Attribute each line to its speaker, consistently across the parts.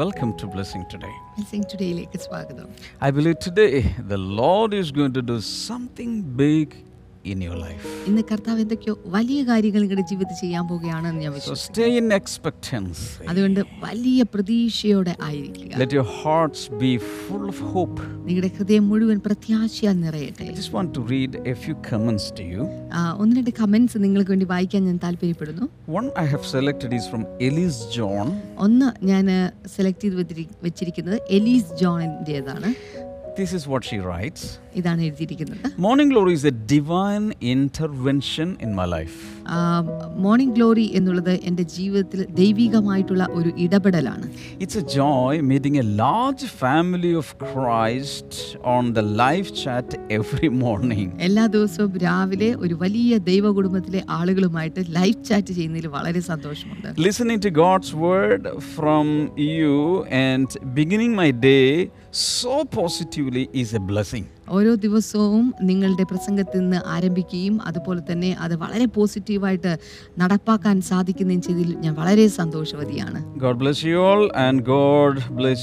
Speaker 1: Welcome to Blessing Today.
Speaker 2: Blessing ടുഡേയിലേക്ക് സ്വാഗതം
Speaker 1: I believe today the Lord is going to do something big in your life.
Speaker 2: ഇന്ന് കർത്താവ് എന്തൊക്കെയോ വലിയ കാര്യങ്ങൾ നിങ്ങളുടെ ജീവിതത്തിൽ ചെയ്യാൻ പോകുകയാണെന്ന് ഞാൻ
Speaker 1: So
Speaker 2: വിശ്വസിക്കുന്നു
Speaker 1: stay in expectancy.
Speaker 2: അതുകൊണ്ട് വലിയ പ്രതീക്ഷയോടെ ആയിരിക്കുക
Speaker 1: Let your hearts be full of hope.
Speaker 2: നിങ്ങളുടെ ഹൃദയം മുഴുവൻ പ്രത്യാശയാൽ നിറയട്ടെ
Speaker 1: I just want to read a few comments to you.
Speaker 2: ആ, ഒന്ന് രണ്ട് കമൻസ് നിങ്ങൾക്ക് വേണ്ടി വായിക്കാൻ ഞാൻ താല്പര്യപ്പെടുന്നു
Speaker 1: One I have selected is from Elise John.
Speaker 2: ഒന്ന് ഞാൻ സെലക്ട് ചെയ്ത് വെച്ചിരി- വെച്ചിരിക്കുന്നത് എലീസ് ജോണിൻ്റെതാണ്
Speaker 1: This is what she writes
Speaker 2: ഇതാണ് എഴുതിയിരിക്കുന്നത്
Speaker 1: Morning Glory is a divine intervention in my life.
Speaker 2: Morning glory എന്നുള്ളത് എൻ്റെ ജീവിതത്തിൽ ദൈവികമായിട്ടുള്ള ഒരു ഇടപെടലാണ്
Speaker 1: It's a joy meeting a large family of Christ on the live chat every morning.
Speaker 2: എല്ലാ ദിവസവും രാവിലെ ഒരു വലിയ ദൈവ കുടുംബത്തിലെ ആളുകളുമായിട്ട് ലൈവ് ചാറ്റ് ചെയ്യുന്നതിൽ വളരെ സന്തോഷമുണ്ട്
Speaker 1: Listening to God's word from you and beginning my day so positively is a blessing.
Speaker 2: ഓരോ ദിവസവും നിങ്ങളുടെ പ്രസംഗത്തിൽ നിന്ന് ആരംഭിക്കുകയും അതുപോലെ തന്നെ അത് വളരെ പോസിറ്റീവായിട്ട് നടപ്പാക്കാൻ സാധിക്കുന്നതും ചെയ്തതിൽ ഞാൻ വളരെ സന്തോഷവതിയാണ്
Speaker 1: God bless you all and God bless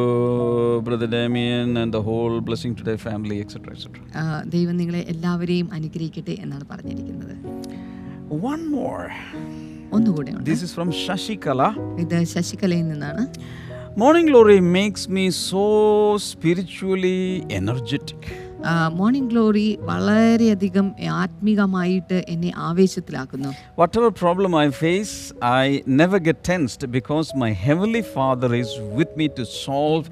Speaker 1: you, Brother Damien, and the whole Blessing Today family, etc. etc.
Speaker 2: ആ, ദൈവം നിങ്ങളെ എല്ലാവരെയും അനുഗ്രഹിക്കട്ടെ എന്നാണ് പറഞ്ഞിരിക്കുന്നത്
Speaker 1: One more.
Speaker 2: ഒന്നുകൂടെ ഉണ്ട്
Speaker 1: This is from Shashikala.
Speaker 2: ഇത് ശശികലയിൽ നിന്നാണ്
Speaker 1: Morning glory makes me so spiritually energetic.
Speaker 2: Morning glory വളരെയധികം ആത്മീകമായിട്ട് എന്നെ ആവേശത്തിലാക്കുന്നു
Speaker 1: Whatever problem I face, I never get tensed because my Heavenly Father is with me to solve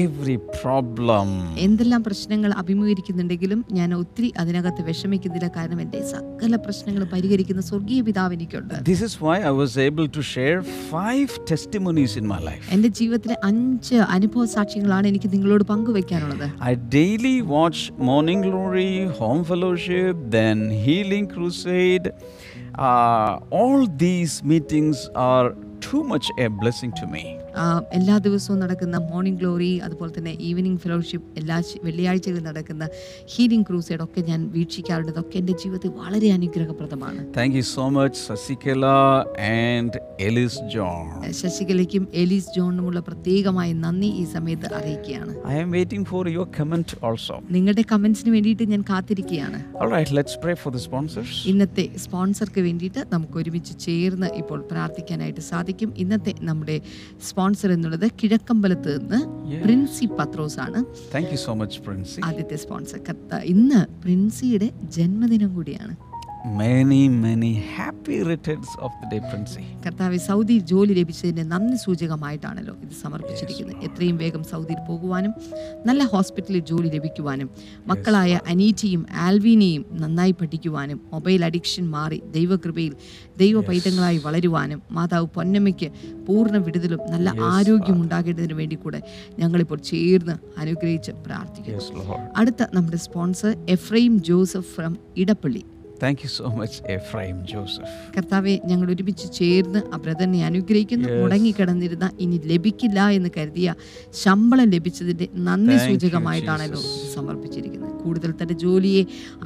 Speaker 1: every problem.
Speaker 2: എന്തെല്ലാം പ്രശ്നങ്ങൾ അഭിമുഖീകരിക്കുന്നുണ്ടെങ്കിലും ഞാൻ ഒത്തിരി അതിനകത്ത് വിഷമിക്കുന്നില്ല കാരണം എൻ്റെ സകല പ്രശ്നങ്ങൾ പരിഹരിക്കുന്ന സ്വർഗീയ പിതാവ് എനിക്കുണ്ട്
Speaker 1: This is why I was able to share five testimonies in my life.
Speaker 2: എൻ്റെ ജീവിതത്തിലെ അഞ്ച് അനുഭവ സാക്ഷ്യങ്ങളാണ് എനിക്ക് നിങ്ങളോട് പങ്കുവെക്കാനുള്ളത്
Speaker 1: I daily watch Morning Glory, Home Fellowship, then Healing Crusade. Uh, all these meetings are too much a blessing to me.
Speaker 2: ആ, എല്ലാ ദിവസവും നടക്കുന്ന മോർണിംഗ് ഗ്ലോറി അതുപോലെ തന്നെ ഈവനിങ് ഫെലോഷിപ്പ് എല്ലാ ശ- വെള്ളിയാഴ്ചകളിൽ നടക്കുന്ന ഹീലിംഗ് ക്രൂസൈഡ് ഒക്കെ ഞാൻ വീക്ഷിക്കാറുണ്ട് ഇതൊക്കെ എൻ്റെ ജീവിതത്തിൽ വളരെ അനുഗ്രഹപ്രദമാണ്
Speaker 1: Thank you so much, Sasikela and Ellis John.
Speaker 2: ശശികലയ്ക്കും എലീസ് ജോണിനുമുള്ള പ്രത്യേകമായ നന്ദി ഈ സമയത്ത് അറിയിക്കുകയാണ്
Speaker 1: I am waiting for your comment also.
Speaker 2: നിങ്ങളുടെ കമൻസിന് വേണ്ടിയിട്ട് ഞാൻ കാത്തിരിക്കുകയാണ്
Speaker 1: All right, let's pray for the sponsors.
Speaker 2: ഇന്നത്തെ സ്പോൺസർക്ക് വേണ്ടിയിട്ട് നമുക്ക് ഒരുമിച്ച് ചേർന്ന് ഇപ്പോൾ പ്രാർത്ഥിക്കാനായിട്ട് സാധിക്കും ഇന്നത്തെ നമ്മുടെ സ്പോൺസർ എന്നുള്ളത് കിഴക്കമ്പലത്ത് നിന്ന്
Speaker 1: Yeah.
Speaker 2: പ്രിൻസി പത്രോസ് ആണ്
Speaker 1: Thank you so much, Princey.
Speaker 2: ആദ്യത്തെ സ്പോൺസർ കത്ത- ഇന്ന് പ്രിൻസിയുടെ ജന്മദിനം കൂടിയാണ്
Speaker 1: Many, many happy returns of the day, Princey.
Speaker 2: കർത്താവ് സൗദി ജോലി ലഭിച്ചതിൻ്റെ നന്ദി സൂചകമായിട്ടാണല്ലോ ഇത് സമർപ്പിച്ചിരിക്കുന്നത് എത്രയും വേഗം സൗദിയിൽ പോകുവാനും നല്ല ഹോസ്പിറ്റലിൽ ജോലി ലഭിക്കുവാനും മക്കളായ അനീറ്റിയും ആൽവീനയും നന്നായി പഠിക്കുവാനും മൊബൈൽ അഡിക്ഷൻ മാറി ദൈവകൃപയിൽ ദൈവ പൈതങ്ങളായി വളരുവാനും മാതാവ് പൊന്നമ്മയ്ക്ക് പൂർണ്ണ വിടുതലും നല്ല ആരോഗ്യം ഉണ്ടാകേണ്ടതിന് വേണ്ടി കൂടെ ഞങ്ങളിപ്പോൾ ചേർന്ന് അനുഗ്രഹിച്ച് പ്രാർത്ഥിക്കുന്നു
Speaker 1: Yes, Lord.
Speaker 2: അടുത്ത നമ്മുടെ sponsor Ephraim Joseph from Edappally
Speaker 1: Thank you so much, Ephraim Joseph.
Speaker 2: കർത്താവെ ഞങ്ങൾ ഒരുമിച്ച് ചേർന്ന് ആ ബ്രദറിനെ അനുഗ്രഹിക്കുന്നു മുടങ്ങിക്കിടന്നിരുന്ന ഇനി ലഭിക്കില്ല എന്ന് കരുതിയ ശമ്പളം ലഭിച്ചതിന്റെ നന്ദി
Speaker 1: Thank you,
Speaker 2: സൂചകമായിട്ടാണല്ലോ
Speaker 1: Jesus.
Speaker 2: ഇത് സമർപ്പിച്ചിരിക്കുന്നത് കൂടുതൽ തന്റെ ജോലിയെ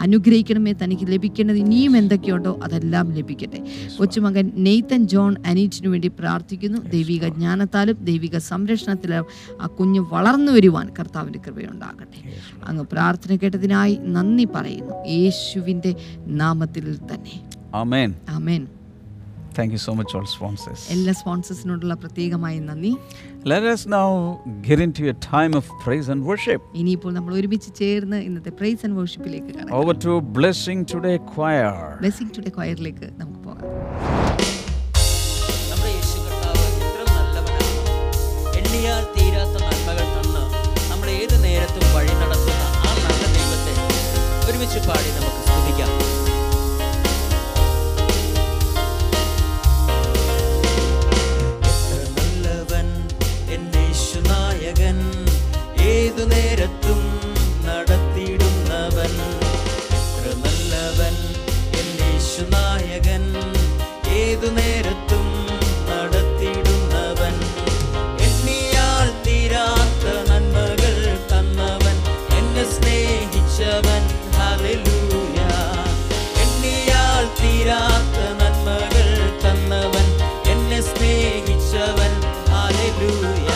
Speaker 2: അനുഗ്രഹിക്കണമേ തനിക്ക് ലഭിക്കേണ്ടത് ഇനിയും എന്തൊക്കെയുണ്ടോ അതെല്ലാം ലഭിക്കട്ടെ കൊച്ചുമകൻ നെയ്ത്തൻ ജോൺ അനീറ്റിനു വേണ്ടി പ്രാർത്ഥിക്കുന്നു ദൈവിക ജ്ഞാനത്താലും ദൈവിക സംരക്ഷണത്തിലും ആ കുഞ്ഞ് വളർന്നു വരുവാൻ കർത്താവിൻ്റെ കൃപയുണ്ടാകട്ടെ അങ്ങ് പ്രാർത്ഥന കേട്ടതിനായി നന്ദി പറയുന്നു യേശുവിൻ്റെ നാമത്തിൽ തന്നെ
Speaker 1: Amen.
Speaker 2: Amen
Speaker 1: Thank you so much, all sponsors.
Speaker 2: എല്ലാ സ്പോൺസേഴ്സിനോടുള്ള പ്രത്യേകമായ നന്ദി
Speaker 1: Let us now get into a time of praise and worship.
Speaker 2: ഇനിയിപ്പോൾ നമ്മൾ ഒരുമിച്ച് ചേർന്ന് ഇന്നത്തെ പ്രൈസ് ആൻഡ് വർഷിപ്പിലേക്ക് കടക്കാം
Speaker 1: Over to Blessing Today Choir.
Speaker 2: Blessing Today കൊയറിലേക്ക് നമുക്ക് പോകാം
Speaker 3: നമ്മുടെ യേശു കർത്താവ് എത്ര നല്ലവനാണ് എണ്ണിയാൽ തീരാത്ത നന്മകൾ തന്ന് നമ്മുടെ ഏത് നേരത്തും വഴി നടത്തുന്ന ആ നല്ല ദൈവത്തെ ഒരുമിച്ച് പാടി നമുക്ക് സ്തുതിക്കാം എത്ര നല്ലവൻ എൻ യേശുനായകൻ ഏതു നേരത്തും നടത്തിയിടുന്നവൻ എത്ര നല്ലവൻ എൻ യേശുനായകൻ ഏതു നേരത്തും നടത്തിയിടുന്നവൻ എണ്ണിയാൽ തീരാത്ത നന്മകൾ തന്നവൻ എന്നെ സ്നേഹിച്ചവൻ ഹല്ലേലൂയ എണ്ണിയാൽ തീരാത്ത നന്മകൾ തന്നവൻ എന്നെ സ്നേഹിച്ചവൻ hallelujah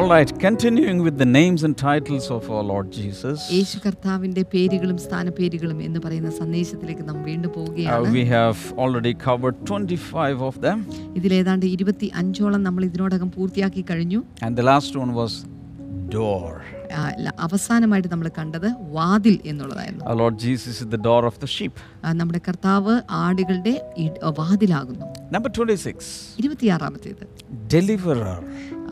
Speaker 1: All right, continuing with the names and titles of our Lord Jesus,
Speaker 2: യേശു കർത്താവിന്റെ പേരുകളും സ്ഥാനപ്പേരുകളും എന്ന് പറയുന്ന സന്ദേശത്തിലേക്ക് നാം വീണ്ടും
Speaker 1: uh,
Speaker 2: പോവുകയാണ്
Speaker 1: we have already covered 25 of them,
Speaker 2: ഇതിലേതാണ്ട് ഇരുപത്തി അഞ്ചോളം നമ്മൾ ഇതിനോടകം പൂർത്തിയാക്കി കഴിഞ്ഞു
Speaker 1: and the last one was door.
Speaker 2: ആ, ല- അവസാനമായിട്ട് നമ്മൾ കണ്ടത് വാതിൽ എന്നുള്ളതായിരുന്നു
Speaker 1: Our Lord Jesus is the door of the sheep.
Speaker 2: ആ, നമ്മുടെ കർത്താവ് ആടുകളുടെ ഇട- വാതിലാകുന്നു
Speaker 1: Number 26,
Speaker 2: ഇരുപത്തിയാറാമത്തേത്
Speaker 1: deliverer.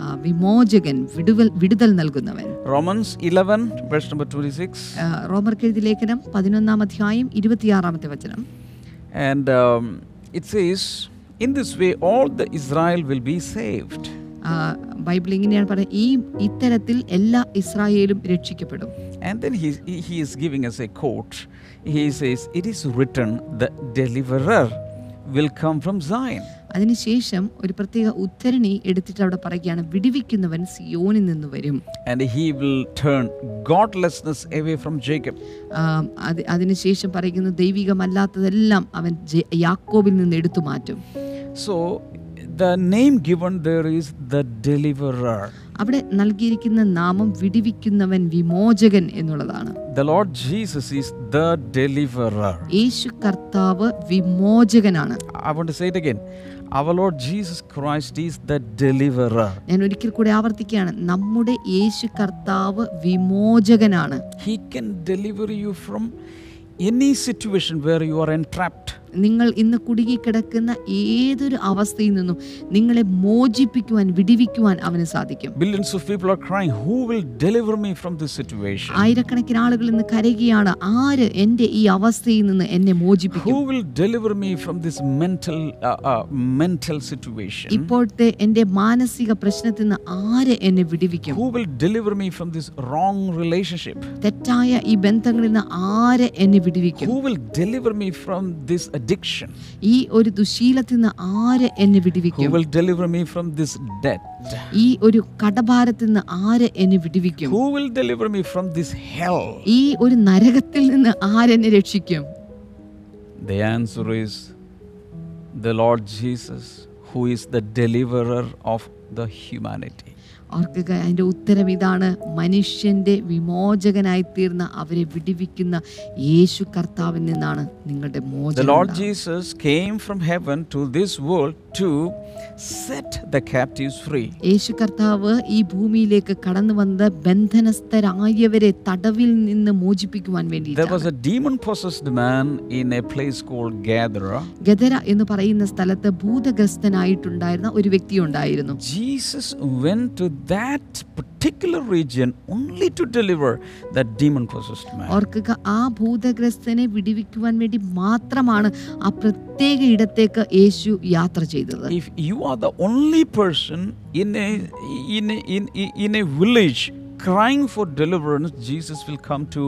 Speaker 2: ആ, വിമോചകൻ വിടുവൽ വിടുതൽ നൽകുന്നവൻ
Speaker 1: Romans 11, verse number 26.
Speaker 2: ആ, റോമർക്കെഴുതി ലേഖനം പതിനൊന്നാം അധ്യായം ഇരുപത്തിയാറാമത്തെ വചനം
Speaker 1: And um, it says, In this way, all the Israel will be saved.
Speaker 2: ആ, ബൈബിൾ ഇങ്ങനെയാണ് പറയുന്നത് ഈ ഇത്തരത്തിൽ എല്ലാ ഇസ്രായേലും രക്ഷിക്കപ്പെടും
Speaker 1: And then he, he- he is giving us a quote. He says, It is written, the deliverer will come from Zion.
Speaker 2: അതിനുശേഷം ഒരു പ്രത്യേക ഉദ്ധരണി എടുത്തിട്ട് അവിടെ പറയുകയാണ് വിടുവിക്കുന്നവൻ സിയോനിൽ നിന്ന് വരും
Speaker 1: And he will turn godlessness away from Jacob.
Speaker 2: ആ, അത് അതിനുശേഷം പറയുന്നത് ദൈവികമല്ലാത്തതെല്ലാം അവൻ ജെ- യാക്കോബിൽ നിന്ന് എടുത്തു മാറ്റും
Speaker 1: So the name given there is the deliverer.
Speaker 2: അവിടെ നൽകിയിരിക്കുന്ന നാമം വിടുവിക്കുന്നവൻ വിമോചകൻ എന്നുള്ളതാണ്
Speaker 1: The Lord Jesus is the deliverer.
Speaker 2: യേശു കർത്താവ് വിമോചകനാണ്
Speaker 1: I want to say it again. Our Lord Jesus Christ is the deliverer.
Speaker 2: ഞാൻ ഒരിക്കൽ കൂടി ആവർത്തിക്കുകയാണ് നമ്മുടെ യേശു കർത്താവ് വിമോചകനാണ്
Speaker 1: He can deliver you from any situation where you are entrapped.
Speaker 2: നിങ്ങൾ ഇന്ന് കുടുങ്ങിക്കിടക്കുന്ന ഏതൊരു അവസ്ഥയിൽ നിന്നും നിങ്ങളെ മോചിപ്പിക്കുവാൻ വിടിവിക്കുവാൻ അവന് സാധിക്കും
Speaker 1: Billions of people are crying, Who will deliver me from this situation?
Speaker 2: ആയിരക്കണക്കിന് ആളുകൾ ഇന്ന് കരയുകയാണ് ആര് എൻ്റെ ഈ അവസ്ഥയിൽ നിന്ന് എന്നെ മോചിപ്പിക്കും
Speaker 1: Who will deliver me from this mental uh, uh, mental situation?
Speaker 2: ഇപ്പോഴത്തെ എൻ്റെ മാനസിക പ്രശ്നത്തിൽ നിന്ന് ആര് എന്നെ വിടിവിക്കും
Speaker 1: Who will deliver me from this wrong relationship?
Speaker 2: തെറ്റായ ഈ ബന്ധങ്ങളിൽ നിന്ന് ആര് എന്നെ വിടിവിക്കും
Speaker 1: Who will deliver me from this addiction?
Speaker 2: ഈ ഒരു ദുശീലത്തിൽ നിന്ന് ആര് എന്നെ വിടിവിക്കും
Speaker 1: Who will deliver me from this debt?
Speaker 2: ഈ ഒരു കടഭാരത്തിൽ നിന്ന് ആര് എന്നെ വിടിവിക്കും
Speaker 1: Who will deliver me from this hell?
Speaker 2: ഈ ഒരു നരകത്തിൽ നിന്ന് ആരെന്നെ രക്ഷിക്കും
Speaker 1: The answer is the Lord Jesus, who is the deliverer of the humanity.
Speaker 2: ഓർക്കുക അതിൻ്റെ ഉത്തരം ഇതാണ് മനുഷ്യൻ്റെ വിമോചകനായി തീർന്ന അവരെ വിടിവിക്കുന്ന യേശു കർത്താവിൽ നിന്നാണ് നിങ്ങളുടെ
Speaker 1: The
Speaker 2: മോചനം
Speaker 1: Lord
Speaker 2: ഉണ്ടാകുന്നത്.
Speaker 1: Jesus came from heaven to this world to set the captives free.
Speaker 2: യേശു കർത്താവ് ഈ ഭൂമിയിലേക്ക് കടന്നു വന്ന് ബന്ധനസ്ഥരായവരെ തടവിൽ നിന്ന് മോചിപ്പിക്കുവാൻ വേണ്ടി
Speaker 1: There was a demon possessed man in a place called Gadara.
Speaker 2: ഗദര എന്ന് പറയുന്ന സ്ഥലത്ത് ഭൂതഗ്രസ്തനായിട്ടുണ്ടായിരുന്ന ഒരു വ്യക്തി ഉണ്ടായിരുന്നു
Speaker 1: Jesus went to that particular region only to deliver that demon possessed man.
Speaker 2: ഓർക്കുക ആ ഭൂതഗ്രസ്തനെ വിടിവിക്കുവാൻ വേണ്ടി മാത്രമാണ് ആ പ്രത്യേക ഇടത്തേക്ക് യേശു യാത്ര ചെയ്തത്
Speaker 1: If you are the only person in a, in a, in, in a village crying for deliverance, Jesus will come to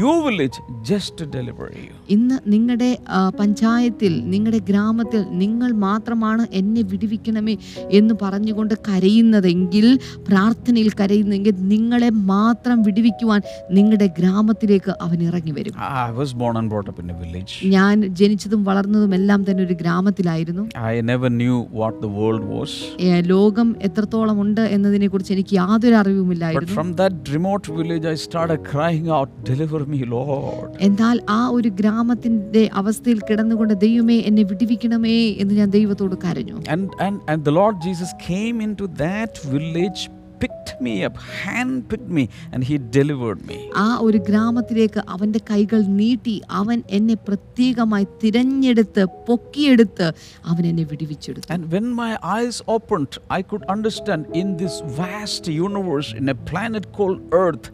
Speaker 1: your village just to deliver you.
Speaker 2: ഇന്ന് നിങ്ങളുടെ ആ, പഞ്ചായത്തിൽ നിങ്ങളുടെ ഗ്രാമത്തിൽ നിങ്ങൾ മാത്രമാണ് എന്നെ വിടിവിക്കണമേ എന്ന് പറഞ്ഞുകൊണ്ട് കരയുന്നതെങ്കിൽ പ്രാർത്ഥനയിൽ കരയുന്നെങ്കിൽ നിങ്ങളെ മാത്രം വിടിവിക്കുവാൻ നിങ്ങളുടെ ഗ്രാമത്തിലേക്ക് അവൻ ഇറങ്ങി വരും
Speaker 1: I was born and brought up in a village.
Speaker 2: ഞാൻ ജനിച്ചതും വളർന്നതും എല്ലാം തന്നെ ഒരു ഗ്രാമത്തിലായിരുന്നു
Speaker 1: I never knew what the world was.
Speaker 2: ഏ, ലോകം എത്രത്തോളം ഉണ്ട് എന്നതിനെക്കുറിച്ച് എനിക്ക് യാതൊരു അറിവുമില്ലായിരുന്നു
Speaker 1: But from that remote village, I started crying out, Deliver me, Lord.
Speaker 2: എന്നാൽ ആ ഒരു ഗ്രാമത്തിൻ്റെ അവസ്ഥയിൽ കിടന്നുകൊണ്ട് ദൈവമേ എന്നെ വിടിവിക്കണമേ എന്ന് ഞാൻ ദൈവത്തോട് കരഞ്ഞു
Speaker 1: And, and, and the Lord Jesus came into that village, picked me up, hand picked me, and He delivered me.
Speaker 2: ആ ഒരു ഗ്രാമത്തിലേക്ക് അവൻ്റെ കൈകൾ നീട്ടി അവൻ എന്നെ പ്രത്യേകമായി തിരഞ്ഞെടുത്ത് പൊക്കിയെടുത്ത് അവൻ എന്നെ വിടിവിച്ചെടുത്തു
Speaker 1: And when my eyes opened, I could understand in this vast universe, in a planet called Earth,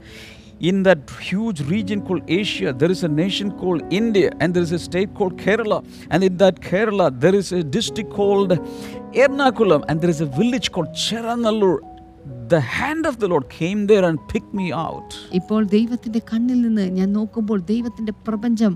Speaker 1: in that huge region called Asia, there is a nation called India, and there is a state called Kerala. And in that Kerala, there is a district called Ernakulam, and there is a village called Cheranallur. The hand of the Lord came there and picked me out.
Speaker 2: ഇപ്പോൾ ദൈവത്തിൻ്റെ കണ്ണിൽ നിന്ന് ഞാൻ നോക്കുമ്പോൾ ദൈവത്തിൻ്റെ പ്രപഞ്ചം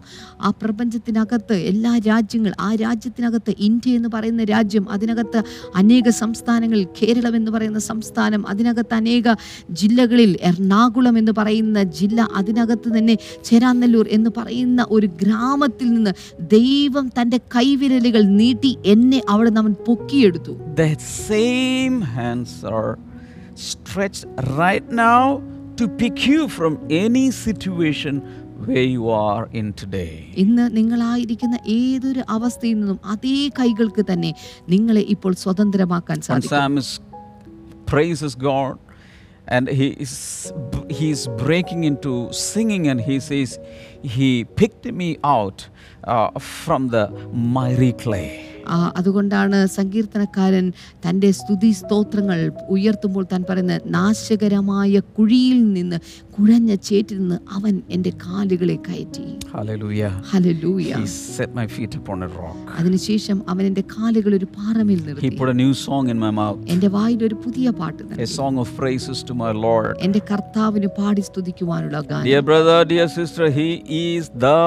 Speaker 2: ആ പ്രപഞ്ചത്തിനകത്ത് എല്ലാ രാജ്യങ്ങൾ ആ രാജ്യത്തിനകത്ത് ഇന്ത്യ എന്ന് പറയുന്ന രാജ്യം അതിനകത്ത് അനേക സംസ്ഥാനങ്ങൾ കേരളം എന്ന് പറയുന്ന സംസ്ഥാനം അതിനകത്ത് അനേക ജില്ലകളിൽ എറണാകുളം എന്ന് പറയുന്ന ജില്ല അതിനകത്ത് തന്നെ ചേരാനല്ലൂർ എന്ന് പറയുന്ന ഒരു ഗ്രാമത്തിൽ നിന്ന് ദൈവം തൻ്റെ കൈവിരലുകൾ നീട്ടി എന്നെ അവിടെ നമ്മൾ പൊക്കിയെടുത്തു
Speaker 1: The same hands are stretched right now to pick you from any situation where you are in today.
Speaker 2: ഇന്ന് നിങ്ങളായിരിക്കുന്ന ഏതൊരു അവസ്ഥയിൽ നിന്നും അതേ കൈകൾക്ക് തന്നെ നിങ്ങളെ ഇപ്പോൾ സ്വതന്ത്രമാക്കാൻ
Speaker 1: And
Speaker 2: സാധിക്കും
Speaker 1: Psalmist praises God and he is, he is breaking into singing and he says, He picked me out uh, from the miry clay.
Speaker 2: ആ, അതുകൊണ്ടാണ് സങ്കീർത്തനക്കാരൻ തൻ്റെ സ്തുതി സ്തോത്രങ്ങൾ ഉയർത്തുമ്പോൾ താൻ പറയുന്ന നാശകരമായ കുഴിയിൽ നിന്ന് കുഴഞ്ഞ ചേറ്റിൽ നിന്ന് അവൻ എൻ്റെ കാലുകളെ കയറ്റി
Speaker 1: Hallelujah.
Speaker 2: Hallelujah
Speaker 1: He set my feet upon a rock.
Speaker 2: അതിനുശേഷം അവൻ എൻ്റെ കാലുകൾ ഒരു പാറമേൽ
Speaker 1: He
Speaker 2: നിർത്തി
Speaker 1: put a new song in my mouth,
Speaker 2: എൻ്റെ വായിൽ ഒരു പുതിയ പാട്ട്
Speaker 1: a
Speaker 2: നൽകി
Speaker 1: song of praises to my Lord.
Speaker 2: എൻ്റെ കർത്താവിന് പാടി സ്തുതിക്കുവാനുള്ള
Speaker 1: Dear
Speaker 2: ഗാനം
Speaker 1: brother, dear sister, He is the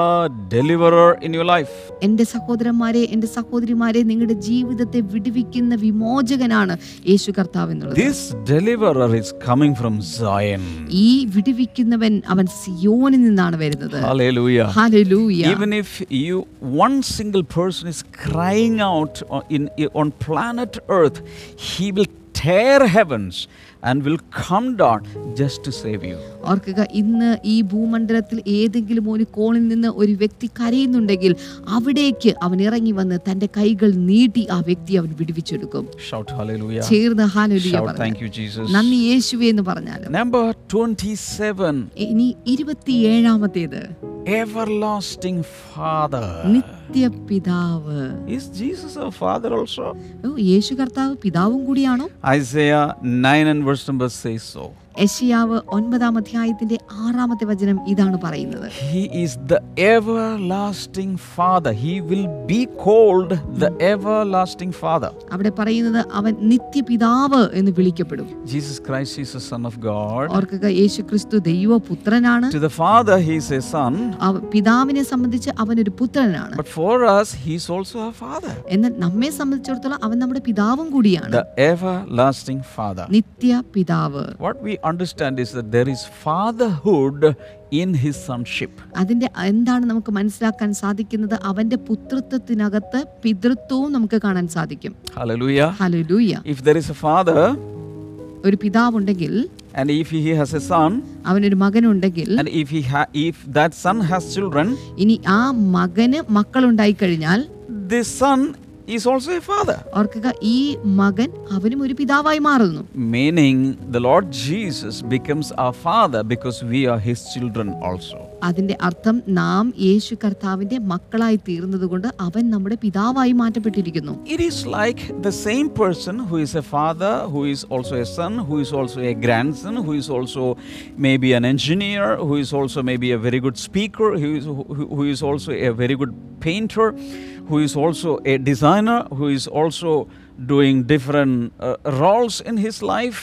Speaker 1: deliverer in your life.
Speaker 2: എൻ്റെ സഹോദരന്മാരെ എൻ്റെ സഹോദരിമാരെ നിങ്ങളുടെ ജീവിതത്തെ വിടുവിക്കുന്ന വിമോചകനാണ് യേശു കർത്താവ് എന്നുള്ളത്
Speaker 1: This deliverer is coming from Zion.
Speaker 2: ഈ വിടുവിക്കുന്നവൻ അവൻ സിയോനിൽ നിന്നാണ് വരുന്നത്
Speaker 1: Hallelujah.
Speaker 2: Hallelujah
Speaker 1: Even if you one single person is crying out on, in, on planet Earth, he will tear heavens and will come down just to save you.
Speaker 2: ഓർക്കുക ഇന്ന് ഈ ഭൂമണ്ഡലത്തിൽ ഏതെങ്കിലും ഒരു കോണിൽ നിന്ന് ഒരു വ്യക്തി കരയുന്നുണ്ടെങ്കിൽ അവിടേക്ക് അവൻ ഇറങ്ങി വന്ന് തന്റെ കൈകൾ നീട്ടി ആ വ്യക്തി അവൻ വിടുവിച്ചെടുക്കും
Speaker 1: Shout hallelujah.
Speaker 2: ചേർന്ന് ഹാലുലിയ
Speaker 1: Shout
Speaker 2: പറഞ്ഞു
Speaker 1: thank you, Jesus.
Speaker 2: നന്ദി യേശുവേ എന്ന് പറഞ്ഞാലും
Speaker 1: Number 27
Speaker 2: ഇനി ഇരുപത്തിയേഴാമത്തേത്
Speaker 1: Everlasting Father.
Speaker 2: നിത്യപിതാവ്
Speaker 1: Is Jesus our Father also?
Speaker 2: ഓ, യേശു കർത്താവ് പിതാവും കൂടിയാണോ
Speaker 1: Isaiah 9 and verse number says so.
Speaker 2: യശയാവ് ഒൻപതാം അധ്യായത്തിന്റെ ആറാമത്തെ വചനം ഇതാണ് പറയുന്നത്
Speaker 1: He is the everlasting Father. He will be called the everlasting Father.
Speaker 2: അവിടെ പറയുന്നത് അവൻ നിത്യപിതാവ് എന്ന് വിളിക്കപ്പെടും
Speaker 1: Jesus Christ is the Son of God.
Speaker 2: ഓർക്കുക യേശു ക്രിസ്തു ദൈവപുത്രനാണ്
Speaker 1: To the Father, He is a Son.
Speaker 2: അവ- പിതാവിനെ സംബന്ധിച്ച് അവനൊരു പുത്രനാണ്
Speaker 1: But for us, He is also our Father.
Speaker 2: എന്നാൽ നമ്മെ സംബന്ധിച്ചിടത്തോളം അവൻ നമ്മുടെ പിതാവും കൂടിയാണ്
Speaker 1: The everlasting Father.
Speaker 2: നിത്യ പിതാവ്
Speaker 1: What we understand is that there is fatherhood in His sonship.
Speaker 2: അതിന്റെ എന്താണ് നമുക്ക് മനസ്സിലാക്കാൻ സാധിക്കുന്നത് അവന്റെ പുത്രത്വത്തിനകത്ത് പിതൃത്വവും നമുക്ക് കാണാൻ സാധിക്കും
Speaker 1: Hallelujah.
Speaker 2: Hallelujah
Speaker 1: If there is a Father,
Speaker 2: ഒരു പിതാവുണ്ടെങ്കിൽ
Speaker 1: and if He has a Son,
Speaker 2: അവനൊരു മകനുണ്ടെങ്കിൽ
Speaker 1: and if he ha- if that son has children,
Speaker 2: ഇനി ആ മകന് മക്കളുണ്ടായി കഴിഞ്ഞാൽ
Speaker 1: this son is also a father.
Speaker 2: ഓർക്കുക ഈ മകൻ അവനും ഒരു പിതാവായി മാറുന്നു
Speaker 1: Meaning, the Lord Jesus becomes our Father because we are His children also.
Speaker 2: അതിന്റെ അർത്ഥം നാം യേശു കർത്താവിന്റെ മക്കളായി തീർന്നതുകൊണ്ട് അവൻ നമ്മുടെ പിതാവായി മാറ്റപ്പെട്ടിരിക്കുന്നു
Speaker 1: It is like the same person who is a father, who is also a son, who is also a grandson, who is also maybe an engineer, who is also maybe a very good speaker, who is, who, who is also a very good painter, who is also a designer, who is also doing different uh, roles in his life.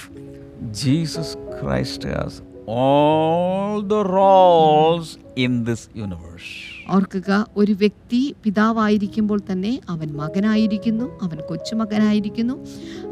Speaker 1: Jesus Christ has all the roles in this universe.
Speaker 2: ഓർക്കുക ഒരു വ്യക്തി പിതാവായിരിക്കുമ്പോൾ തന്നെ അവൻ മകനായിരിക്കുന്നു അവൻ കൊച്ചുമകനായിരിക്കുന്നു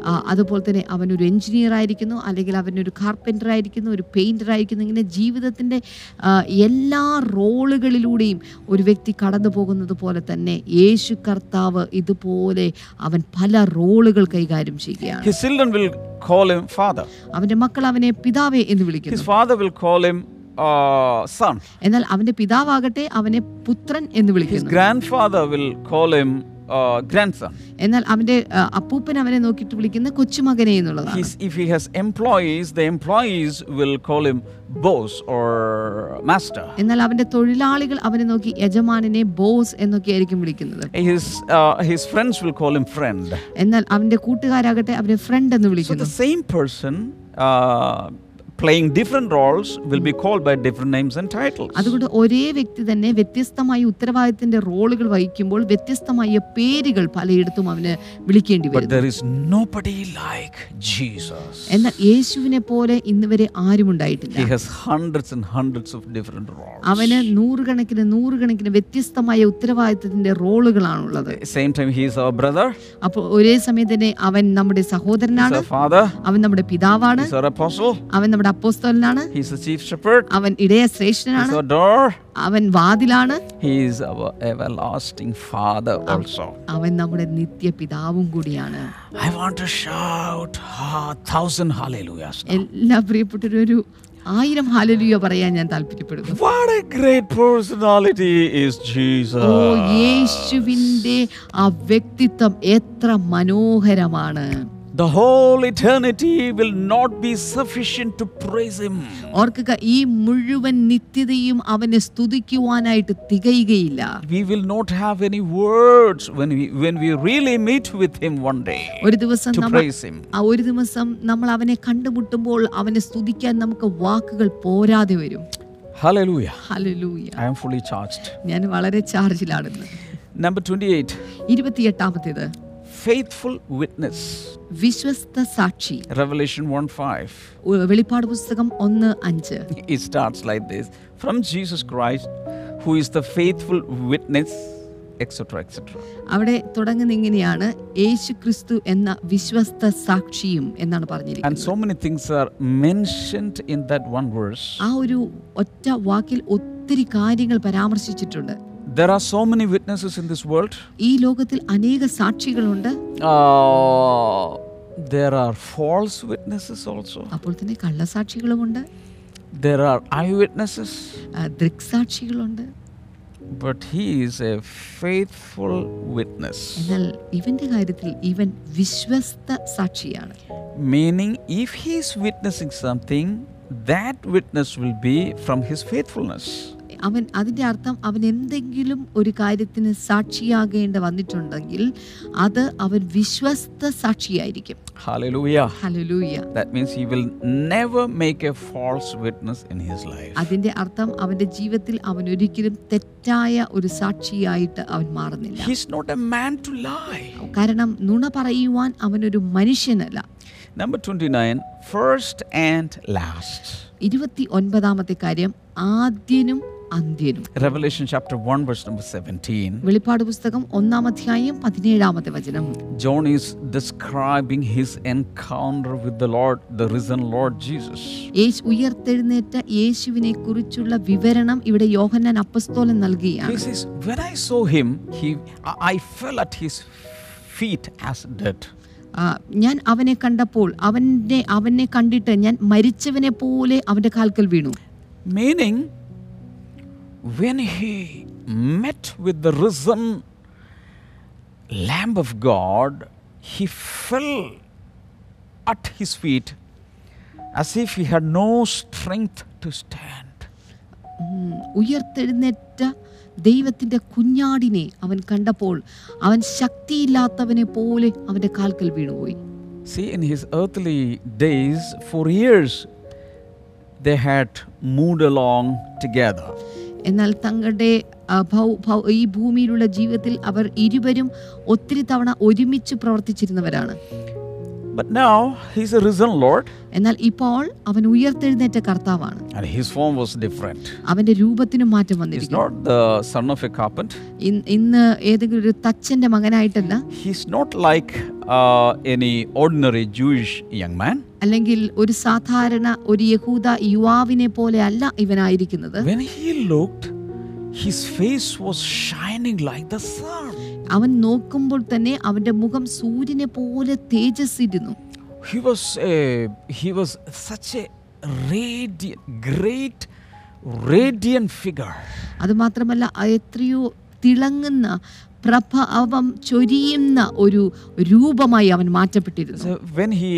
Speaker 2: ആ, അതുപോലെ തന്നെ അവനൊരു എഞ്ചിനീയർ ആയിരിക്കുന്നു അല്ലെങ്കിൽ അവനൊരു കാർപ്പൻ്റർ ആയിരിക്കുന്നു ഒരു പെയിൻറ്റർ ആയിരിക്കുന്നു ഇങ്ങനെ ജീവിതത്തിൻ്റെ ആ, എല്ലാ റോളുകളിലൂടെയും ഒരു വ്യക്തി കടന്നു പോകുന്നത് പോലെ തന്നെ യേശു കർത്താവ് ഇതുപോലെ അവൻ പല റോളുകൾ കൈകാര്യം ചെയ്യുകയാണ്
Speaker 1: His children will call him father.
Speaker 2: അവൻ്റെ മക്കൾ അവനെ പിതാവേ എന്ന്
Speaker 1: His
Speaker 2: വിളിക്കുന്നു
Speaker 1: father will call him uh, son.
Speaker 2: എന്നാൽ അവൻ്റെ പിതാവാകട്ടെ അവനെ പുത്രൻ എന്ന്
Speaker 1: His
Speaker 2: വിളിക്കുന്നു
Speaker 1: grandfather will call him uh, grandson.
Speaker 2: എന്നാൽ അവന്റെ ആ, അപ്പൂപ്പൻ അവനെ നോക്കിയിട്ട് വിളിക്കുന്ന കൊച്ചുമകനെ എന്നുള്ളതാണ്
Speaker 1: His, if he has employees, the employees will call him boss or master.
Speaker 2: എന്നാൽ അവന്റെ തൊഴിലാളികൾ അവനെ നോക്കി യജമാനനെ ബോസ് എന്നൊക്കെ ആയിരിക്കും വിളിക്കുന്നത്
Speaker 1: His, uh, his friends will call him friend.
Speaker 2: എന്നാൽ അവന്റെ കൂട്ടുകാരാകട്ടെ അവനെ ഫ്രണ്ട് എന്ന്
Speaker 1: So the
Speaker 2: വിളിക്കുന്നു
Speaker 1: same person uh, playing different roles will be called by different names and titles.
Speaker 2: അതുകൊണ്ട് ഒരേ വ്യക്തി തന്നെ വ്യത്യസ്തമായ ഉത്തരവാദിത്തത്തിന്റെ റോളുകൾ വഹിക്കുമ്പോൾ വ്യത്യസ്തമായ പേരുകൾ പലയിടത്തും അവന് വിളിക്കേണ്ടി
Speaker 1: But
Speaker 2: വരും
Speaker 1: there is nobody like Jesus.
Speaker 2: എന്നാൽ യേശുവിനെ പോലെ ഇന്നുവരെ ആരും ഉണ്ടായിട്ടില്ല
Speaker 1: He has hundreds and hundreds of different roles.
Speaker 2: അവന് നൂറുകണക്കിന് നൂറുകണക്കിന് വ്യത്യസ്തമായ ഉത്തരവാദിത്തത്തിന്റെ റോളുകളാണുള്ളത്
Speaker 1: same time he is our brother
Speaker 2: അപ്പോൾ ഒരേ സമയം തന്നെ അവൻ നമ്മുടെ
Speaker 1: he's
Speaker 2: സഹോദരനാണ്
Speaker 1: our father
Speaker 2: അവൻ നമ്മുടെ പിതാവാണ്
Speaker 1: he's our apostle
Speaker 2: അവൻ നമ്മുടെ അപ്പോസ്തലനാണ്
Speaker 1: He's the chief shepherd.
Speaker 2: അവൻ ഇടയ
Speaker 1: He's
Speaker 2: ശ്രേഷ്ഠനാണ്
Speaker 1: our door.
Speaker 2: അവൻ വാതിലാണ്
Speaker 1: He is our everlasting Father also.
Speaker 2: അവൻ നമ്മുടെ നിത്യപിതാവും കൂടിയാണ്
Speaker 1: I want to shout a thousand hallelujahs. now.
Speaker 2: എല്ലാ പ്രിയപ്പെട്ടവരും ഒരു ആയിരം ഹാലലിയ പറയാൻ ഞാൻ താല്പര്യപ്പെടുന്നു
Speaker 1: What a great personality is
Speaker 2: oh
Speaker 1: Jesus.
Speaker 2: യേശുവിൻ്റെ ആ വ്യക്തിത്വം എത്ര മനോഹരമാണ്
Speaker 1: The whole eternity will not be sufficient to praise Him.
Speaker 2: ഓർക്കുക ഈ മുഴുവൻ നിത്യതയും അവനെ സ്തുതിക്കുവാനായിട്ട് തികയുകയില്ല
Speaker 1: We will not have any words when we, when we really meet with Him one day
Speaker 2: ഒരു ദിവസം
Speaker 1: to
Speaker 2: നമ്മൾ
Speaker 1: praise Him.
Speaker 2: ആ ഒരു ദിവസം നമ്മൾ അവനെ കണ്ടുമുട്ടുമ്പോൾ അവനെ സ്തുതിക്കാൻ നമുക്ക് വാക്കുകൾ പോരാതെ വരും
Speaker 1: Hallelujah.
Speaker 2: Hallelujah
Speaker 1: I am fully charged.
Speaker 2: ഞാൻ വളരെ ചാർജിലാണെന്ന്
Speaker 1: Number 28
Speaker 2: ഇരുപത്തിയെട്ടാമത്തേത്
Speaker 1: Faithful Witness.
Speaker 2: വിശ്വസ്ത സാക്ഷി
Speaker 1: Revelation 1 5.
Speaker 2: ഉ- വെളിപ്പാട് പുസ്തകം ഒന്ന് അഞ്ച്
Speaker 1: It starts like this From Jesus Christ, who is the faithful witness, etc. etc.
Speaker 2: അവിടെ തുടങ്ങുന്ന ഇങ്ങനെയാണ് യേശു ക്രിസ്തു എന്ന വിശ്വസ്ത സാക്ഷിയും എന്നാണ്
Speaker 1: And
Speaker 2: പറഞ്ഞിരിക്കുന്നത്
Speaker 1: so many things are mentioned in that one verse.
Speaker 2: ആ ഒരു ഒറ്റ വാക്കിൽ ഒത്തിരി കാര്യങ്ങൾ പരാമർശിച്ചിട്ടുണ്ട്
Speaker 1: There are so many witnesses in this world.
Speaker 2: ഈ ലോകത്തിൽ അനേക സാക്ഷികളുണ്ട്
Speaker 1: Uh, there are false witnesses also.
Speaker 2: അപ്പോൾ തന്നെ കള്ളസാക്ഷികളുമുണ്ട്
Speaker 1: There are eyewitnesses.
Speaker 2: ആ, ദൃക്സാക്ഷികളുണ്ട്
Speaker 1: But he is a faithful witness.
Speaker 2: എന്നാൽ ഇവന്റെ കാര്യത്തിൽ ഇവൻ വിശ്വസ്ത സാക്ഷിയാണ്
Speaker 1: Meaning, if he is witnessing something, that witness will be from his faithfulness.
Speaker 2: അവൻ അതിൻ്റെ അർത്ഥം അവൻ എന്തെങ്കിലും ഒരു കാര്യത്തിന് സാക്ഷിയാകേണ്ട വന്നിട്ടുണ്ടെങ്കിൽ അത് അവൻ വിശ്വസ്ത സാക്ഷിയായിരിക്കും
Speaker 1: Hallelujah.
Speaker 2: Hallelujah
Speaker 1: That means he will never make a false witness in his life.
Speaker 2: അതിൻ്റെ അർത്ഥം അവൻ്റെ ജീവിതത്തിൽ അവൻ ഒരിക്കലും തെറ്റായ ഒരു സാക്ഷിയായിട്ട് അവൻ മാറുന്നില്ല
Speaker 1: He's not a man to lie.
Speaker 2: കാരണം നുണ പറയുവാൻ അവനൊരു മനുഷ്യനല്ല
Speaker 1: Number 29, first and last.
Speaker 2: ഇരുപത്തി ഒൻപതാമത്തെ കാര്യം ആദ്യനും അന്ത്യനും
Speaker 1: Revelation chapter 1, verse number 17.
Speaker 2: വെളിപ്പാട് പുസ്തകം ഒന്നാം അധ്യായം പതിനേഴാമത്തെ വചനം
Speaker 1: John is describing his encounter with the Lord, the risen Lord Jesus.
Speaker 2: യേശു ഉയർത്തെഴുന്നേറ്റ യേശുവിനെ കുറിച്ചുള്ള വിവരണം ഇവിടെ യോഹന്നാൻ അപ്പസ്തോലൻ
Speaker 1: He
Speaker 2: നൽകുകയാണ്
Speaker 1: says, When I saw him, he, I I fell at his feet as dead.
Speaker 2: ആ, ഞാൻ അവനെ കണ്ടപ്പോൾ അവൻ്റെ അവനെ കണ്ടിട്ട് ഞാൻ മരിച്ചവനെ പോലെ അവൻ്റെ കാൽക്കൽ വീണു
Speaker 1: Meaning, when he met with the risen Lamb of God, he fell at his feet as if he had no strength to stand.
Speaker 2: ഉം, ഉയർത്തെഴുന്നേറ്റ ദൈവത്തിൻ്റെ കുഞ്ഞാടിനെ അവൻ കണ്ടപ്പോൾ അവൻ ശക്തിയില്ലാത്തവനെ പോലെ അവൻ്റെ കാൽക്കൽ വീണുപോയി
Speaker 1: See, in his earthly days, for years, they had moved along together.
Speaker 2: എന്നാൽ തങ്ങളുടെ ആ, ഭൗ- ഭൗ- ഈ ഭൂമിയിലുള്ള ജീവിതത്തിൽ അവർ ഇരുവരും ഒത്തിരി തവണ ഒരുമിച്ച് പ്രവർത്തിച്ചിരുന്നവരാണ്
Speaker 1: But now he's a risen Lord,
Speaker 2: എന്നാൽ ഇപ്പോൾ അവൻ ഉയർത്തെഴുന്നേറ്റ കർത്താവാണ്
Speaker 1: and his form was different.
Speaker 2: അവന്റെ രൂപത്തിനും മാറ്റം
Speaker 1: He's
Speaker 2: വന്നിരിക്കുന്നു
Speaker 1: not the son of a carpenter.
Speaker 2: ഇൻ- ഇന്ന് ഏതെങ്കിലും ഒരു തച്ചന്റെ മകനായിട്ടല്ല
Speaker 1: He's not like uh, any ordinary Jewish young man.
Speaker 2: അല്ലെങ്കിൽ ഒരു സാധാരണ ഒരു യഹൂദ യുവാവിനെ പോലെ അല്ല ഇവനായിരിക്കുന്നത്
Speaker 1: When he looked, his face was shining like the sun.
Speaker 2: അവൻ നോക്കുമ്പോൾ തന്നെ അവന്റെ മുഖം സൂര്യനെ പോലെ തേജസ്സിരുന്നു
Speaker 1: He was a, he was such a radiant, great, radiant figure.
Speaker 2: അതുമാത്രമല്ല ആ എത്രയോ തിളങ്ങുന്ന പ്രഭാവം ചൊരിയുന്ന ഒരു രൂപമായി അവൻ മാറ്റപ്പെട്ടിരുന്നു
Speaker 1: So when he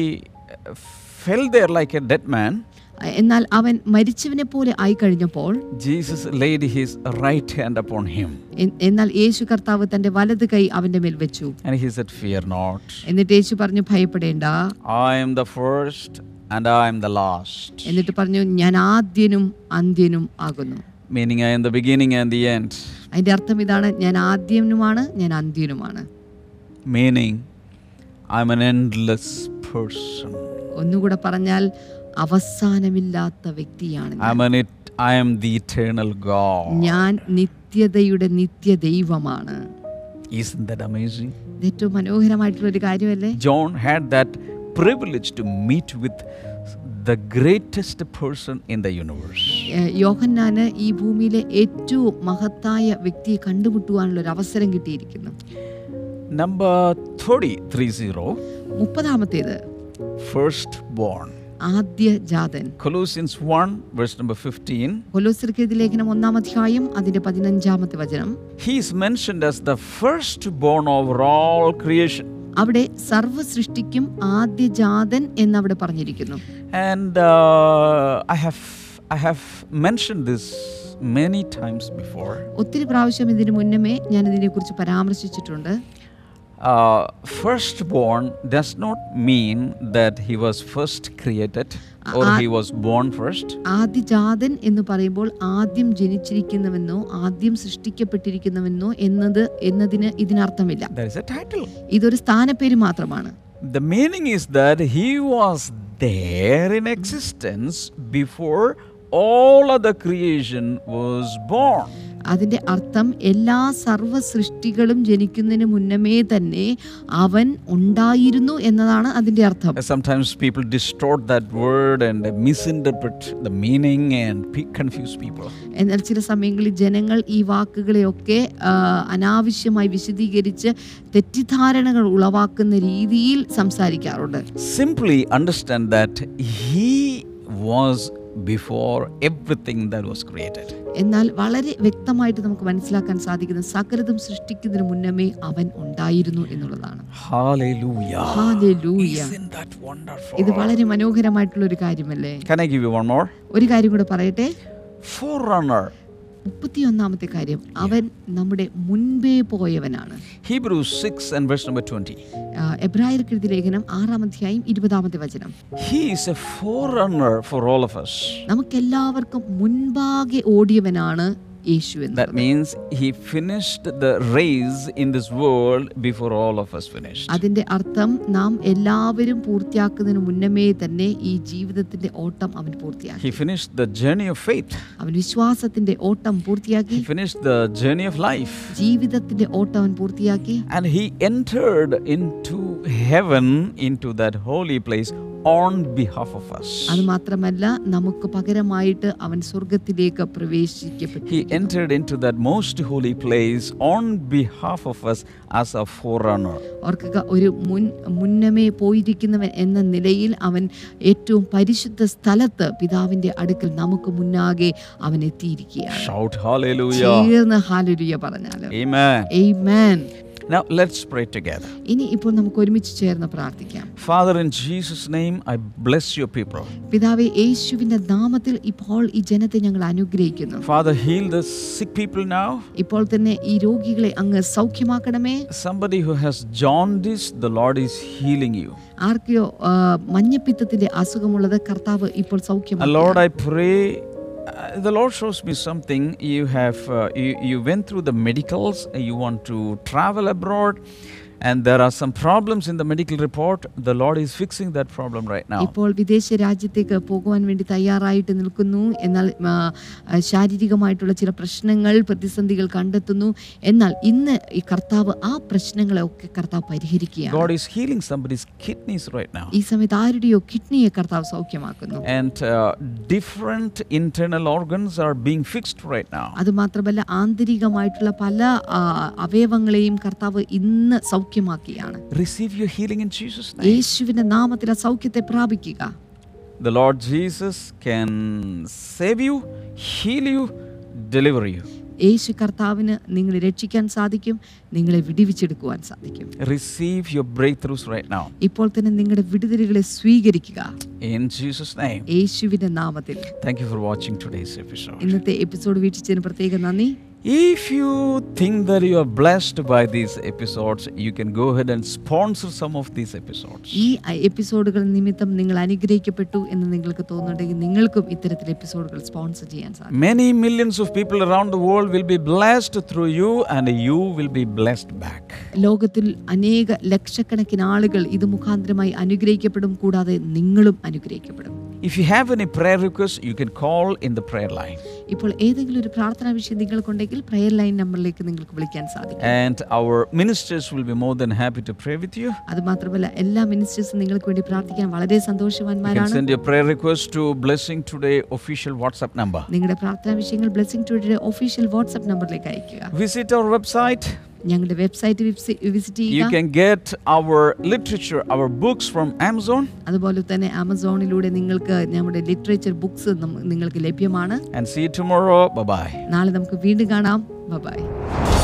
Speaker 1: uh, fell there like a dead man,
Speaker 2: എന്നാൽ അവൻ മരിച്ചവനെ പോലെ ആയി കഴിഞ്ഞപ്പോൾ
Speaker 1: Jesus laid his right hand upon him,
Speaker 2: എൻ- എന്നാൽ യേശു കർത്താവ് തന്റെ വലത് കൈ അവന്റെ മേൽ വെച്ചു
Speaker 1: and he said, "Fear not.
Speaker 2: എന്നിട്ട് യേശു പറഞ്ഞു ഭയപ്പെടേണ്ട
Speaker 1: I am the first, and I am the last."
Speaker 2: എന്നിട്ട് പറഞ്ഞു ഞാൻ ആദ്യനും അന്ത്യനും ആകുന്നു
Speaker 1: Meaning, I am the beginning and the end.
Speaker 2: അതിന്റെ അർത്ഥം ഇതാണ് ഞാൻ ആദ്യനുമാണ് ഞാൻ അന്ത്യനുമാണ്
Speaker 1: Meaning, I'm an endless person.
Speaker 2: ഒന്നുകൂടെ പറഞ്ഞാൽ അവസാനമില്ലാത്ത വ്യക്തിയാണ് ഞാൻ.
Speaker 1: I'm an it. I am the eternal God.
Speaker 2: ഞാൻ നിത്യതയുടെ നിത്യ ദൈവമാണ്
Speaker 1: Isn't that amazing?
Speaker 2: ഇത് ഏറ്റവും മനോഹരമായിട്ടുള്ള ഒരു കാര്യമല്ലേ
Speaker 1: John had that privilege to meet with the greatest person in the universe.
Speaker 2: ഏഹ് യോഹന്നാന് ഈ ഭൂമിയിലെ ഏറ്റവും മഹത്തായ വ്യക്തിയെ കണ്ടുമുട്ടുവാനുള്ള ഒരു അവസരം കിട്ടിയിരിക്കുന്നു
Speaker 1: Number 330,
Speaker 2: മുപ്പതാമത്തേത്
Speaker 1: firstborn.
Speaker 2: ആദ്യ ജാതൻ
Speaker 1: Colossians 1, verse number 15.
Speaker 2: കൊലോസ്രിക്കെതി ലേഖനം ഒന്നാം അധ്യായം അതിന്റെ പതിനഞ്ചാമത്തെ വചനം
Speaker 1: He is mentioned as the firstborn over all creation.
Speaker 2: അവിടെ സർവ്വ സൃഷ്ടിക്കും ആദ്യ ജാതൻ എന്നവിടെ പറഞ്ഞിരിക്കുന്നു
Speaker 1: And uh, I, have, I have mentioned this many times before.
Speaker 2: ഒത്തിരി പ്രാവശ്യം ഇതിനു മുന്നമേ ഞാൻ ഇതിനെക്കുറിച്ച് പരാമർശിച്ചിട്ടുണ്ട്
Speaker 1: Uh, firstborn does not mean that he was first created or
Speaker 2: Ah.
Speaker 1: he was born first.
Speaker 2: ആദ്യജാതൻ എന്ന് പറയുമ്പോൾ ആദ്യം ജനിച്ചിരിക്കുന്നവെന്നോ ആദ്യം സൃഷ്ടിക്കപ്പെട്ടിരിക്കുന്നവെന്നോ എന്നത് എന്നതിന് ഇതിനർത്ഥമില്ല
Speaker 1: That is a title.
Speaker 2: ഇതൊരു സ്ഥാനപ്പേര് മാത്രമാണ്
Speaker 1: The meaning is that he was there in existence before all other creation was born.
Speaker 2: അതിൻ്റെ അർത്ഥം എല്ലാ സർവ്വ സൃഷ്ടികളും ജനിക്കുന്നതിന് മുന്നമേ തന്നെ അവൻ ഉണ്ടായിരുന്നു എന്നതാണ് അതിൻ്റെ അർത്ഥം
Speaker 1: Sometimes people distort that word and they misinterpret the meaning and pe- confuse people.
Speaker 2: എന്നാൽ ചില സമയങ്ങളിൽ ജനങ്ങൾ ഈ വാക്കുകളെയൊക്കെ ആ, അനാവശ്യമായി വിശദീകരിച്ച് തെറ്റിദ്ധാരണകൾ ഉളവാക്കുന്ന രീതിയിൽ സംസാരിക്കാറുണ്ട്
Speaker 1: Simply understand that he was before everything that was created.
Speaker 2: എന്നാൽ വളരെ വ്യക്തമായിട്ട് നമുക്ക് മനസ്സിലാക്കാൻ സാധിക്കുന്ന സകലതും സൃഷ്ടിക്കുന്നതിന് മുന്നമേ അവൻ ഉണ്ടായിരുന്നു എന്നുള്ളതാണ്
Speaker 1: Hallelujah.
Speaker 2: ഹാലൂയ
Speaker 1: Isn't that
Speaker 2: ഇത്
Speaker 1: wonderful?
Speaker 2: വളരെ മനോഹരമായിട്ടുള്ള ഒരു കാര്യമല്ലേ
Speaker 1: Can I give you one more?
Speaker 2: ഒരു കാര്യം കൂടെ പറയട്ടെ
Speaker 1: Forerunner.
Speaker 2: മുപ്പത്തിയൊന്നാമത്തെ കാര്യം അവൻ നമ്മുടെ മുൻപേ പോയവനാണ്
Speaker 1: Hebrews 6 and verse number 20.
Speaker 2: ആ, എബ്രായർക്കെഴുതി ലേഖനം ആറാം അധ്യായം ഇരുപതാമത്തെ വചനം
Speaker 1: He is a forerunner for all of us.
Speaker 2: നമുക്കെല്ലാവർക്കും മുൻപാകെ ഓടിയവനാണ് യേശു എന്ന്
Speaker 1: That means he finished the race in this world before all of us finished.
Speaker 2: അതിന്റെ അർത്ഥം നാം എല്ലാവരും പൂർത്തിയാക്കുന്നതിന് മുന്നമേ തന്നെ ഈ ജീവിതത്തിന്റെ ഓട്ടം അവൻ പൂർത്തിയാക്കി
Speaker 1: He finished the journey of faith.
Speaker 2: അവൻ വിശ്വാസത്തിന്റെ ഓട്ടം പൂർത്തിയാക്കി
Speaker 1: He finished the journey of life.
Speaker 2: ജീവിതത്തിന്റെ ഓട്ടം അവൻ പൂർത്തിയാക്കി
Speaker 1: And he entered into heaven, into that holy place on behalf of us.
Speaker 2: അത് മാത്രമല്ല നമുക്ക് പകരമായിട്ട് അവൻ സ്വർഗത്തിലേക്ക് പ്രവേശിക്കപ്പെട്ടു
Speaker 1: He entered into that most holy place on behalf of us as a forerunner.
Speaker 2: ഓർക്കുക ഒരു മുൻ മുന്നമേ പോയിരിക്കുന്നവൻ എന്ന നിലയിൽ അവൻ ഏറ്റവും പരിശുദ്ധ സ്ഥലത്ത് പിതാവിന്റെ അടുക്കൽ നമുക്ക് മുന്നാകെ അവൻ എത്തിയിരിക്കുകയാണ്
Speaker 1: Shout hallelujah.
Speaker 2: ചേർന്ന് ഹാലുരിയ പറഞ്ഞാല്
Speaker 1: Amen.
Speaker 2: Amen.
Speaker 1: Now let's pray together.
Speaker 2: ഇനി ഇപ്പോൾ നമുക്ക് ഒരുമിച്ച് ചേർന്ന് പ്രാർത്ഥിക്കാം
Speaker 1: Father, in Jesus' name, I bless your people.
Speaker 2: പിതാവെ യേശുവിന്റെ നാമത്തിൽ ഇപ്പോൾ ഈ ജനത്തെ ഞങ്ങൾ അനുഗ്രഹിക്കുന്നു
Speaker 1: Father, heal the sick people now.
Speaker 2: ഇപ്പോൾ തന്നെ ഈ രോഗികളെ അങ്ങ് സൗഖ്യമാക്കണമേ
Speaker 1: Somebody who has jaundice, the Lord is healing you.
Speaker 2: ആർക്കെയോ ആ, മഞ്ഞപ്പിത്തത്തിന്റെ അസുഖമുള്ളത് കർത്താവ് ഇപ്പോൾ
Speaker 1: And
Speaker 2: സൗഖ്യമാണ്
Speaker 1: Lord, I pray. uh, The Lord shows me something. You have uh, you, you went through the medicals. uh, You want to travel abroad, and there are some problems in the medical report. The Lord is fixing that problem right now.
Speaker 2: ഇപ്പോൾ വിദേശ രാജ്യത്തേക്ക് പോകുവാൻ വേണ്ടി തയ്യാറായിട്ട് നിൽക്കുന്നു എന്നാൽ ആ, ആ, ശാരീരികമായിട്ടുള്ള ചില പ്രശ്നങ്ങൾ പ്രതിസന്ധികൾ കണ്ടെത്തുന്നു എന്നാൽ ഇന്ന് ഈ കർത്താവ് ആ പ്രശ്നങ്ങളെ ഒക്കെ കർത്താവ് പരിഹരിക്കുകയാണ്
Speaker 1: God is healing somebody's kidneys right now.
Speaker 2: ഈ സമയത്ത് ആരുടെയോ കിഡ്നിയെ കർത്താവ് സൗഖ്യമാക്കുന്നു
Speaker 1: And uh, different internal organs are being fixed right now.
Speaker 2: അതുമാത്രമല്ല ആന്തരികമായിട്ടുള്ള പല ആ, അവയവങ്ങളെയും കർത്താവ് ഇന്ന് സൗഖ്യമാക്കിയാണ്
Speaker 1: Receive your healing in Jesus' name.
Speaker 2: യേശുവിന്റെ നാമത്തിൽ ആ സൗഖ്യത്തെ പ്രാപിക്കുക
Speaker 1: The Lord Jesus can save you, heal you, deliver you.
Speaker 2: യേശു കർത്താവിന് നിങ്ങളെ രക്ഷിക്കാൻ സാധിക്കും നിങ്ങളെ വിടിവിച്ചെടുക്കുവാൻ സാധിക്കും
Speaker 1: Receive your breakthroughs right now.
Speaker 2: ഇപ്പോൾ തന്നെ നിങ്ങളുടെ വിടുതലുകളെ സ്വീകരിക്കുക
Speaker 1: In Jesus' name.
Speaker 2: യേശുവിന്റെ നാമത്തിൽ
Speaker 1: Thank you for watching today's episode.
Speaker 2: ഇന്നത്തെ എപ്പിസോഡ് വീക്ഷിച്ചതിന് പ്രത്യേക നന്ദി
Speaker 1: If you think that you are blessed by these episodes, you can go ahead and sponsor some of these episodes.
Speaker 2: ഈ എപ്പിസോഡുകൾ നിമിത്തം നിങ്ങൾ അനുഗ്രഹിക്കപ്പെട്ടു എന്ന് നിങ്ങൾക്ക് തോന്നുന്നുണ്ടെങ്കിൽ നിങ്ങൾക്കും ഇത്തരത്തിൽ എപ്പിസോഡുകൾ സ്പോൺസർ ചെയ്യാൻ സാധിക്കും
Speaker 1: Many millions of people around the world will be blessed through you, and you will be blessed back.
Speaker 2: ലോകത്തിൽ അനേക ലക്ഷക്കണക്കിന് ആളുകൾ ഇത് മുഖാന്തരമായി അനുഗ്രഹിക്കപ്പെടും കൂടാതെ നിങ്ങളും അനുഗ്രഹിക്കപ്പെടും
Speaker 1: If you have any prayer requests, you can call in the prayer line.
Speaker 2: ഇപ്പോൾ ഏതെങ്കിലും ഒരു പ്രാർത്ഥനാ വിഷയം നിങ്ങൾക്കുണ്ടെങ്കിൽ പ്രെയർ ലൈൻ നമ്പറിലേക്ക് നിങ്ങൾക്ക് വിളിക്കാൻ സാധിക്കും
Speaker 1: And our ministers will be more than happy to pray with you.
Speaker 2: അത് മാത്രമല്ല എല്ലാ മിനിസ്റ്റേഴ്സും നിങ്ങൾക്ക് വേണ്ടി പ്രാർത്ഥിക്കാൻ വളരെ
Speaker 1: You can
Speaker 2: സന്തോഷവാന്മാരാണ്
Speaker 1: send your prayer request to Blessing Today official WhatsApp number.
Speaker 2: നിങ്ങളുടെ പ്രാർത്ഥനാ വിഷയങ്ങൾ ബ്ലെസ്സിംഗ് ടുഡേ ഒഫീഷ്യൽ വാട്സ്ആപ്പ് നമ്പറിലേക്ക് അയക്കുക
Speaker 1: Visit our website.
Speaker 2: ഞങ്ങളുടെ വെബ്സൈറ്റ് വിസിറ്റ്
Speaker 1: You
Speaker 2: ചെയ്യുക
Speaker 1: can get our literature, our books from Amazon.
Speaker 2: അതുപോലെ തന്നെ ആമസോണിലൂടെ നിങ്ങൾക്ക് നമ്മുടെ ലിറ്ററേച്ചർ ബുക്സ് നിങ്ങൾക്ക് ലഭ്യമാണ്
Speaker 1: And see you tomorrow. Bye bye.
Speaker 2: നാളെ നമുക്ക് വീണ്ടും കാണാം ബൈ